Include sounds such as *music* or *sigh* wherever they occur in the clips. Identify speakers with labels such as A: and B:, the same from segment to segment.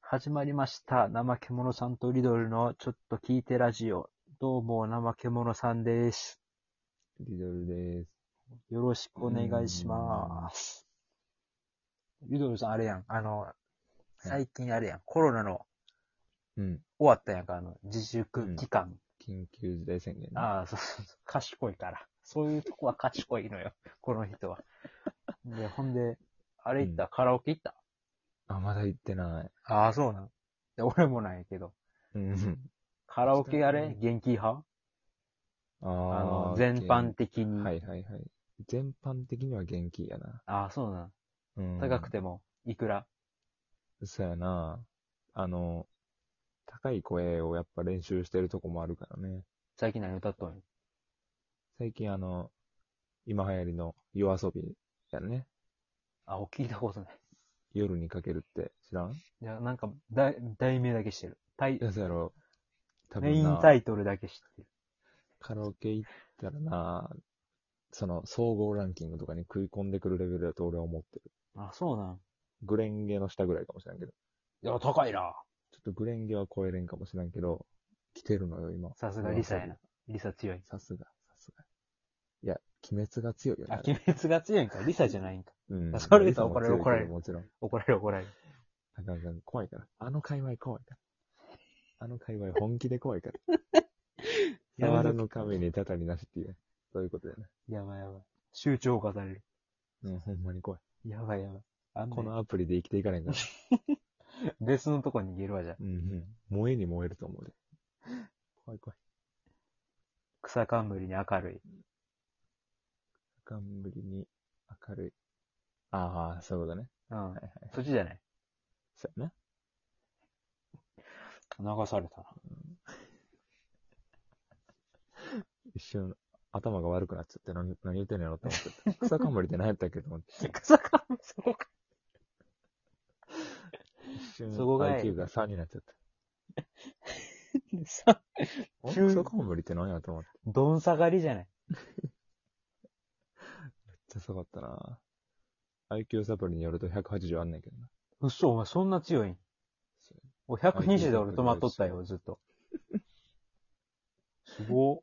A: 始まりました。怠け者さんとリドルのちょっと聞いてラジオ。どうも、怠け者さんです。
B: リドルです。
A: よろしくお願いします。リドルさん、あれやん。あの、最近あれやん。コロナの、
B: うん。
A: 終わったやんか、あの、自粛期間。
B: うん、緊急事態宣言、ね、
A: ああ、そうそうそう。賢いから。そういうとこは賢いのよ。この人は。で、ほんで、あれ行った、うん、カラオケ行った
B: あ、まだ行ってない。
A: ああ、そうなん。で俺もなんやけど。
B: うん。
A: カラオケあれ元気派
B: *laughs* ああ
A: の、全般的に。
B: はいはいはい。全般的には元気やな。
A: ああ、そうなん。
B: うん、
A: 高くても、いくら
B: そうやな。あの、高い声をやっぱ練習してるとこもあるからね。
A: 最近何歌っとん
B: 最近あの、今流行りの夜遊びやね。
A: あ、聞いたことない。
B: 夜にかけるって知らん
A: いや、なんか、だ、題名だけしてる。タイ、
B: やつやろ。
A: 多分メインタイトルだけ知ってる。
B: カラオケ行ったらな、その、総合ランキングとかに食い込んでくるレベルだと俺は思ってる。
A: あ、そうなん。
B: グレンゲの下ぐらいかもしれんけど。
A: いや、高いな。
B: ちょっとグレンゲは超えれんかもしれんけど、来てるのよ、今。
A: さすがリサやな。リサ強い。
B: さすが、さすが。いや、鬼滅が強いよね。
A: あ、鬼滅が強いんか。リサじゃないんか。
B: うん。
A: それ言ったら怒られる、怒られる。
B: もちろん。
A: *laughs* 怒られる、怒られる。
B: あかんかん、怖いから。あの界隈怖いから。あの界隈本気で怖いから。
A: *laughs*
B: 触らぬ亀にたたりなしっていう。そういうことだよね。
A: やばいやばい。集中を犯される。
B: うん、ほんまに怖
A: い。やばいやばい。。
B: あこのアプリで生きていかないから
A: 別のとこに逃げるわじゃ。
B: うんうん。燃えに燃えると
A: *laughs*
B: 思うで。怖い怖い。
A: 草冠に明るい。
B: 草冠に明るい。ああ、そういうことね。
A: うん。はいはい、そっちじゃない。
B: そうやね。
A: 流されたな。
B: うん、一瞬、頭が悪くなっちゃって何、何言ってんのやろって思って。草冠って何やったっけと思って。
A: 草冠、そこか。
B: 一瞬、そこが IQ が3になっちゃった。
A: さ
B: 草冠って何やと思って。
A: どん下がりじゃない。
B: めっちゃ下がったな IQ サプリによると180あんねんけどな。
A: 嘘、お前そんな強いんお、120で俺止まっとったよ、ずっと。すご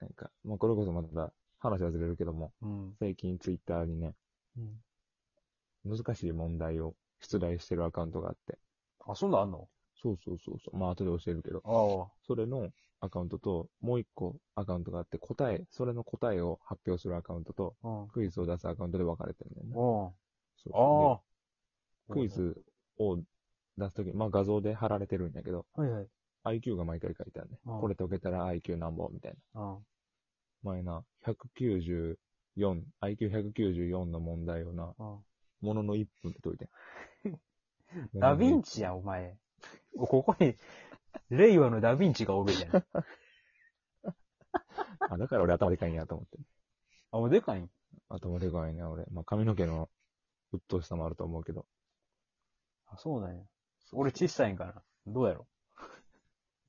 B: なんか、まあ、これこそまた話はずれるけども、
A: うん、
B: 最近ツイッターにね、
A: うん、
B: 難しい問題を出題してるアカウントがあって。
A: あ、そんなんあんの
B: そうそうそうそう。まあ、後で教えるけど。
A: ああ。
B: それのアカウントと、もう一個アカウントがあって、答え、それの答えを発表するアカウントと、
A: うん、
B: クイズを出すアカウントで分かれてるんだよね。
A: うん、そう
B: ああ。クイズを出すとき、まあ画像で貼られてるんだけど、
A: はいはい。
B: IQ が毎回書いてあるね。これ解けたら IQ なんぼみたい
A: な。うん、
B: 前な、194、IQ194 の問題をな、
A: うん、
B: ものの1分で解いて
A: *laughs* ダヴィンチや、お前。ここに、令和のダヴィンチがおるじ
B: *laughs*
A: ゃん。
B: *laughs* あ、だから俺頭でかいんやと思って。
A: あ、もうでかいん
B: 頭でかいね、俺。まあ、髪の毛の鬱陶しさもあると思うけど。、
A: あ、そうなんや。俺小さいんかな。どうやろ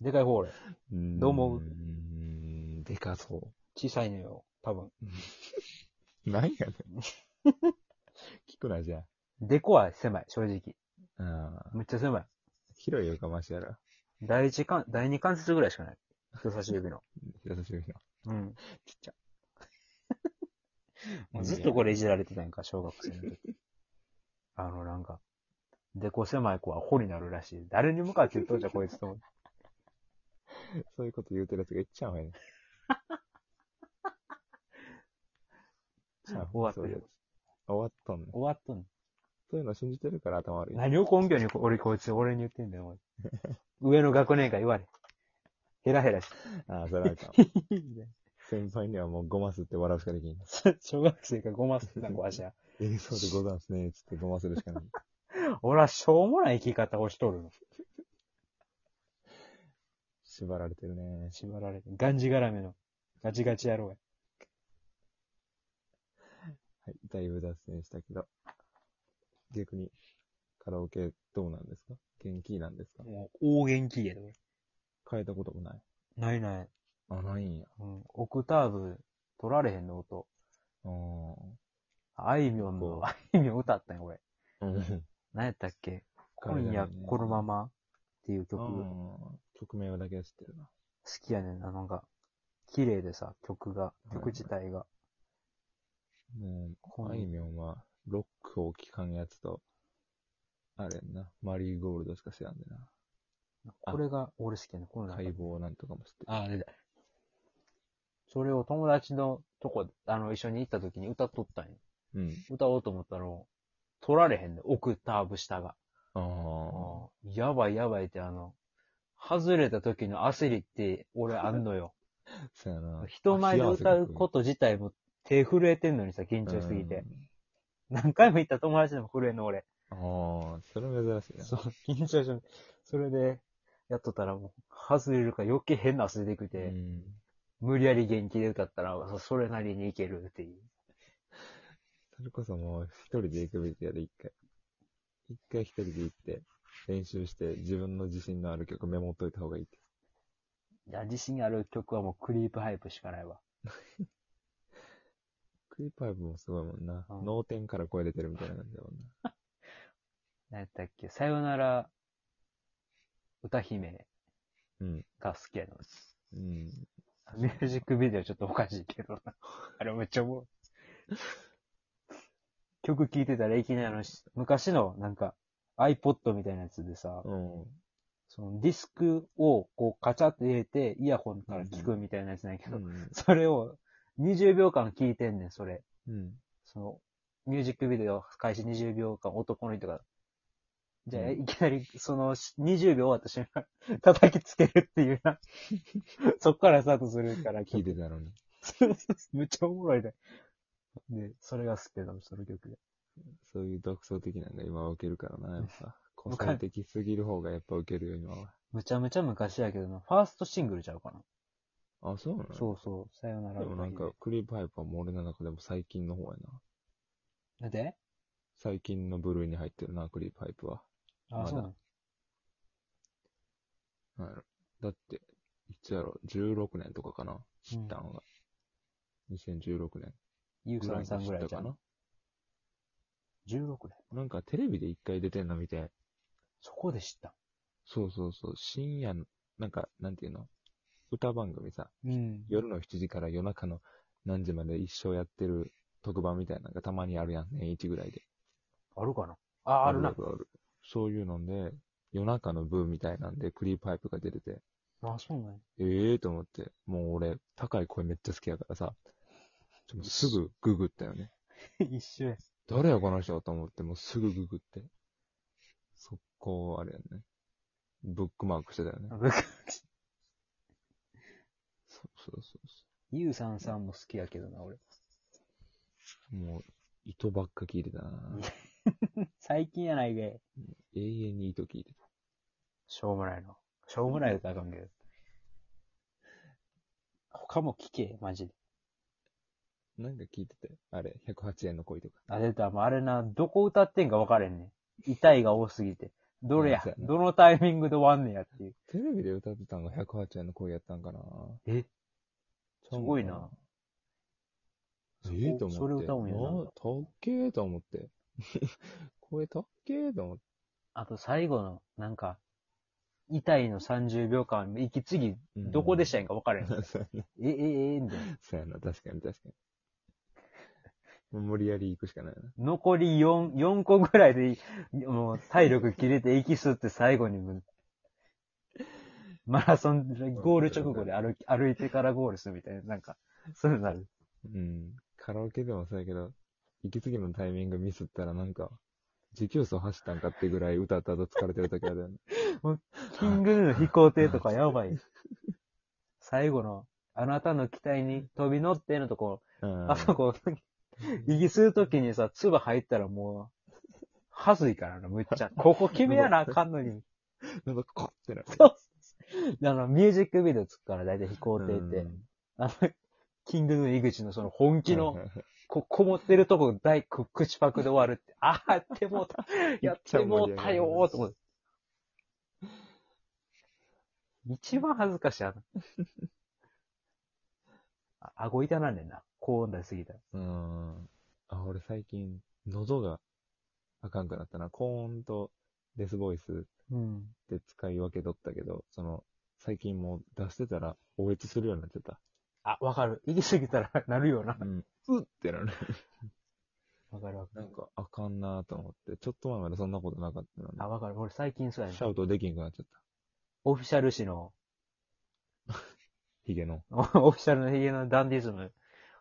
A: う。でかい方俺。どう思ううん
B: でかそう。
A: 小さいのよ、多分。
B: なん
A: *laughs*
B: やねん。聞くな、じゃあ。
A: でこは狭い、正直。
B: うん。
A: めっちゃ狭い。
B: 広いよかましやら。
A: 第一関、第二関節ぐらいしかない。人差し指の。
B: 人差し指の。
A: *laughs* うん。
B: ちっちゃ。
A: もうずっとこれいじられてたんか、小学生の *laughs* 時。あの、なんか、でこ狭い子はホになるらしい。誰に向かって言っとんじゃこいつと思って。
B: そういうこと言うてるやつがいっちゃうわ *laughs* ね。
A: 終わってる。
B: 終わっとんね。
A: 終わっとんね。
B: そういうの信じてるから頭悪い。
A: 何を根拠に俺こいつ俺に言ってんだよ、お前。上の学年から言われ。ヘラヘラして。
B: ああ、それは *laughs* か。先輩にはもうごますって笑うしかできん。
A: *laughs* 小学生がごますってたん、わしゃ。
B: ええ、そうでござんすね。つってごまするしかない。
A: 俺はしょうもない生き方をしとるの。
B: 縛られてるね。
A: 縛られてる。がんじがらめの。ガチガチ野郎や。
B: はい、だいぶ脱線したけど。逆に、カラオケどうなんですか元気なんですか
A: もう、大元気やで、
B: 変えたこともない。
A: ないない。
B: あ、ないんや。
A: うん。オクターブ取られへんの音。
B: あ
A: あ。あいみょんの、あいみょん歌ったんや、俺。
B: うん。
A: 何やったっけ今夜このままっていう曲、好
B: うん曲名だけは知ってるな。
A: きやねんな。なんか、綺麗でさ、曲が、
B: い
A: 曲自体が。
B: も
A: こ
B: う、
A: の
B: あいみょんは、ロックを聴かんやつと、あれやんな、マリーゴールドしか知らんでな。
A: これが俺好きやねん。この中
B: 解
A: で
B: 剖なんとかも知ってる。
A: あ、出た。それを友達のとこ、あの、一緒に行った時に歌っとったんよ。
B: うん。
A: 歌おうと思ったら、取られへんねんオクターブ下が。
B: ああ。
A: うんやばいやばいって、あの、外れた時の焦りって、俺あんのよ。
B: そうやな。
A: 人前で歌うことと自体も手震えてんのにさ、緊張しすぎて。。何回も行った友達でも震えんの、俺。
B: うんああ、それ珍しいな。
A: そう、 *laughs* 緊張しる。それで、やっとったらもう、外れるから余計変な汗出てく
B: う
A: て、
B: ん。
A: 無理やり元気で歌ったら、そそれなりにいけるっていう。
B: それこそもう、一人で行くべきやで、一回。一回一人で行って、練習して、自分の自信のある曲メモっといた方がいいって。
A: いや、自信ある曲はもうクリープハイプしかないわ。
B: クリーパイプもすごいもんな。
A: うん
B: 脳天から声出てるみたいな感じだもんな。
A: 何やったっけさよなら歌姫
B: うん。
A: が好きやの。
B: うん。
A: *laughs* ミュージックビデオちょっとおかしいけど
B: *laughs*
A: な。あれめっちゃおもろい。曲聴いてたらいきなりあのし昔のなんか iPod みたいなやつでさ、
B: うん。
A: そのディスクをこうカチャって入れてイヤホンから聴くみたいなやつなんやけど、それを20秒間聴いてんねん、それ。
B: うん。
A: その、ミュージックビデオ開始20秒間男の人が、じゃあ、
B: うん
A: いきなり、その、し20秒終わった瞬間、叩きつけるっていう
B: *laughs*
A: な。そっからスタートするから、
B: 聞いてたのに。
A: *laughs* めっちゃおもろいね。で、それが好きだもん、その曲が。
B: そういう独創的なんが今は受けるからな、やっぱ。個性的すぎる方がやっぱ受けるよ、今は。
A: むちゃむちゃ昔やけどな、ファーストシングルちゃうかな。
B: あ、そうなの
A: そうそう、さよなら
B: でもなんか、クリーパイプはもう俺の中でも最近の方やな。
A: なんで
B: 最近の部類に入ってるな、クリーパイプは。ま
A: あ、
B: だ
A: そうなの。
B: なんやろだって、いつやろ、16年とかかな。知ったんが。2016年
A: ゆう
B: ぐ
A: さ
B: らい
A: ん
B: に
A: さんぐら
B: 知
A: い
B: っ
A: じ
B: た
A: ゃん
B: かな。。
A: 16年。
B: なんかテレビで一回出てんの見て、
A: そこで知った。
B: そうそうそう、深夜の、なんか、なんていうの歌番組さ、
A: うん
B: 夜の7時から夜中の何時まで一生やってる特番みたいなのがたまにあるやん、年一ぐらいで。
A: あるかなあ、あるな
B: あ。るある。そういうので、夜中の部みたいなんで、クリーパイプが出てて、
A: あ、そうなんや。 *laughs*
B: ええー、と思って、もう俺、高い声めっちゃ好きやからさ、ちょもうすぐググったよね。
A: 一緒や。 *laughs*
B: 誰やこの人と思って、もうすぐググって。速攻、あれやんね。ブックマークしてたよね。そうそうそうそ
A: ゆうさんさんも好きやけどな、俺。
B: う。もう、糸ばっか聞い
A: *laughs*
B: てたな。
A: 最近やないで。
B: 永遠に糸聞いてた。
A: しょうもないの。しょうもない歌あかんけど。他も聞け、マジで。
B: なんか聞いてて、あれ、108円の恋とか。
A: あ、出た。もうあれな、どこ歌ってんか分かれんねん。痛いが多すぎて。どれや
B: そうや、な
A: どのタイミングで終わんねやっていう。
B: テレビで歌ってたんが108円の恋やったんかな。
A: え
B: ちゃう
A: す
B: んか
A: ごいな。
B: ええ
A: そこと
B: 思って。
A: それ歌うんやな
B: あたっけーと思って。 *laughs* 声たっけーと思って。
A: あと最後の、なんか、痛いの30秒間、息継ぎ、
B: うん
A: どこでしたらいいんか分かれん。
B: *laughs* そうやな
A: え、え、ええ、みたいな。
B: そうやな、確かに確かに。もう無理やり行くしかないな。
A: 残り4、4個ぐらいでい、もう体力切れて息吸って最後にもう、マラソン、ゴール直後で歩き、歩いてからゴールするみたいな、なんか、そういうのなる。
B: うん。カラオケでもそうやけど、息継ぎのタイミングミスったらなんか、持久走走ったんかってぐらい歌った後疲れてる時あるよね。
A: キングヌーの飛行艇とかやばい。最後の、あなたの機体に飛び乗ってのとこ、
B: うん
A: あそこ、息吸うときにさ、唾入ったらもう、はずいからな、むっち
B: *laughs*
A: ゃ。ここ決めやなあかんのに。
B: なんかコッてなる。
A: そうあの、ミュージックビデオつくから、だいたい飛行艇って。
B: うん
A: あの、キングヌー井口のその本気
B: はい
A: の、
B: はいはい
A: こ、こもってるとこ、大、く、口パクで終わ *laughs* るって、ああ、やってもうた、 *laughs* やってもうたよーと思って。一番恥ずかしい、 *laughs* あの。あ、顎痛なんねんな。高温出しすぎたら。
B: うん。あ、俺最近、喉があかんくなったな。高音とデスボイス
A: うん。
B: で使い分けとったけど、その、最近もう出してたら、応越するようになっちゃった。
A: あ、わかる。行き過ぎたらなるよな。
B: うん。うってなる。
A: わかるわか
B: な
A: る
B: ん。か、あかんなと思って、ちょっと前までそんなことなかったのに、
A: あ、わかる。俺最近そうやね
B: シャ。ウトできんくなっちゃった。
A: オフィシャル誌の、 *laughs*
B: ヒゲの。
A: オフィシャルのヒゲのダンディズム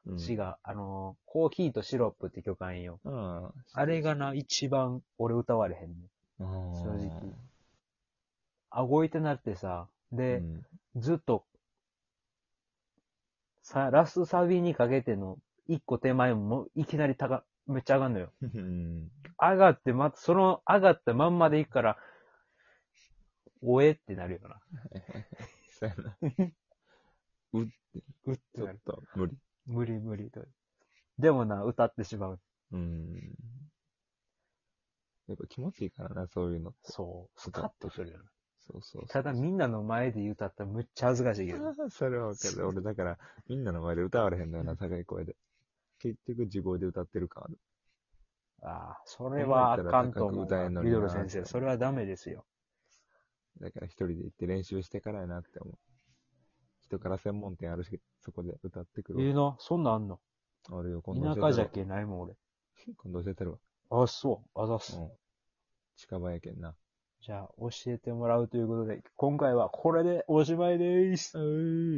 B: うん
A: 誌が、あの、コーヒーとシロップって曲あんよ。
B: あ
A: あれがな、一番俺歌われへんね。
B: あ、
A: 正
B: 正
A: 直。顎いてなってさ、
B: う
A: で、
B: ん、
A: ずっと、さ、ラストサビにかけての、一個手前も、いきなり高、めっちゃ上がんのよ。
B: うん。
A: 上がって、ま、その上がったまんまで行くから、おえってなるよな。
B: そうやな。うって、
A: うっ
B: ちょっと無理。
A: 無理無理と。でもな、歌ってしまう。
B: うん。やっぱ気持ちいいからな、そういうの。
A: そう。スカッとするよな。
B: そうそうそう
A: ただみんなの前で歌ったらむっちゃ恥ずかしいけど。
B: ああ *laughs* それはわかる。俺だから、みんなの前で歌われへんのよな、高い声で。結局、地声で歌ってる感ある。
A: ああ、それはあかんと思
B: 音楽歌え
A: うんな。
B: の
A: ミ
B: に
A: ド
B: な
A: ル先生、それはダメですよ。
B: だから一人で行って練習してからやなって思う。人から専門店あるし、そこで歌ってく
A: ええ
B: る
A: な、そんなんあんの
B: わ。あれよ、今度
A: 田
B: 教
A: 舎
B: え
A: じ
B: て
A: ゃ
B: る
A: けないもん俺。
B: わ。今度教えてるわ。
A: あ、そう。あざっ
B: う
A: す。
B: ん。近場やけんな。
A: じゃあ、教えてもらうということで、今回はこれでおしまいです。
B: は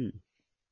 B: い。